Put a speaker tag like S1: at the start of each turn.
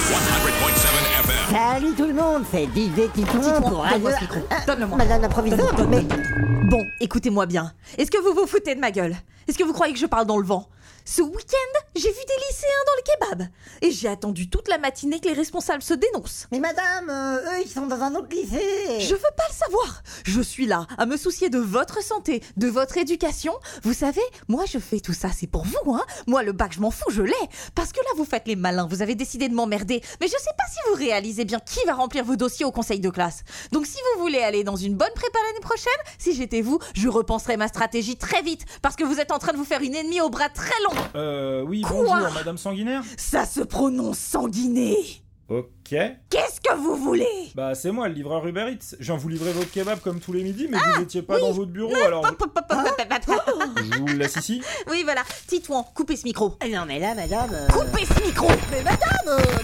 S1: 100.7 FM.
S2: Salut tout le monde, c'est DJ Titon pour Radio...
S3: donne-moi ce micro,
S2: Ah,
S3: donne-le-moi.
S2: Madame la proviseure,
S3: Donne-le-moi,
S2: mais...
S3: Bon, écoutez-moi bien. Est-ce que vous vous foutez de ma gueule Est-ce que vous croyez que je parle dans le vent Ce week-end, j'ai vu des lycéens dans le kebab. Et j'ai attendu toute la matinée que les responsables se dénoncent.
S2: Mais madame, euh, eux, ils sont dans un autre lycée
S3: Je veux pas le savoir. Je suis là à me soucier de votre santé, de votre éducation. Vous savez, moi je fais tout ça, c'est pour vous, hein. Moi le bac, je m'en fous, je l'ai. Parce que là, vous faites les malins, vous avez décidé de m'emmerder. Mais je sais pas si vous réalisez bien qui va remplir vos dossiers au conseil de classe. Donc si vous voulez aller dans une bonne prépa l'année prochaine, si j'étais vous, je repenserais ma stratégie très vite. Parce que vous êtes en train de vous faire une ennemie au bras très long.
S4: Euh, oui,
S3: Quoi
S4: bonjour, Madame Sanguinaire.
S3: Ça se prononce sanguiné.
S4: Ok.
S3: Qu'est-ce que vous voulez
S4: Bah, c'est moi, le livreur Uber Eats. Je viens vous livrer votre kebab comme tous les midis, mais vous n'étiez pas dans votre bureau, alors
S3: Pop, pop, pop, pop, pop, pop, pop.
S4: je je vous laisse ici.
S3: Oui, voilà. Titouan, coupez ce micro.
S2: Non Ah mais là, madame... euh,
S3: Coupez ce micro
S2: Mais madame, euh,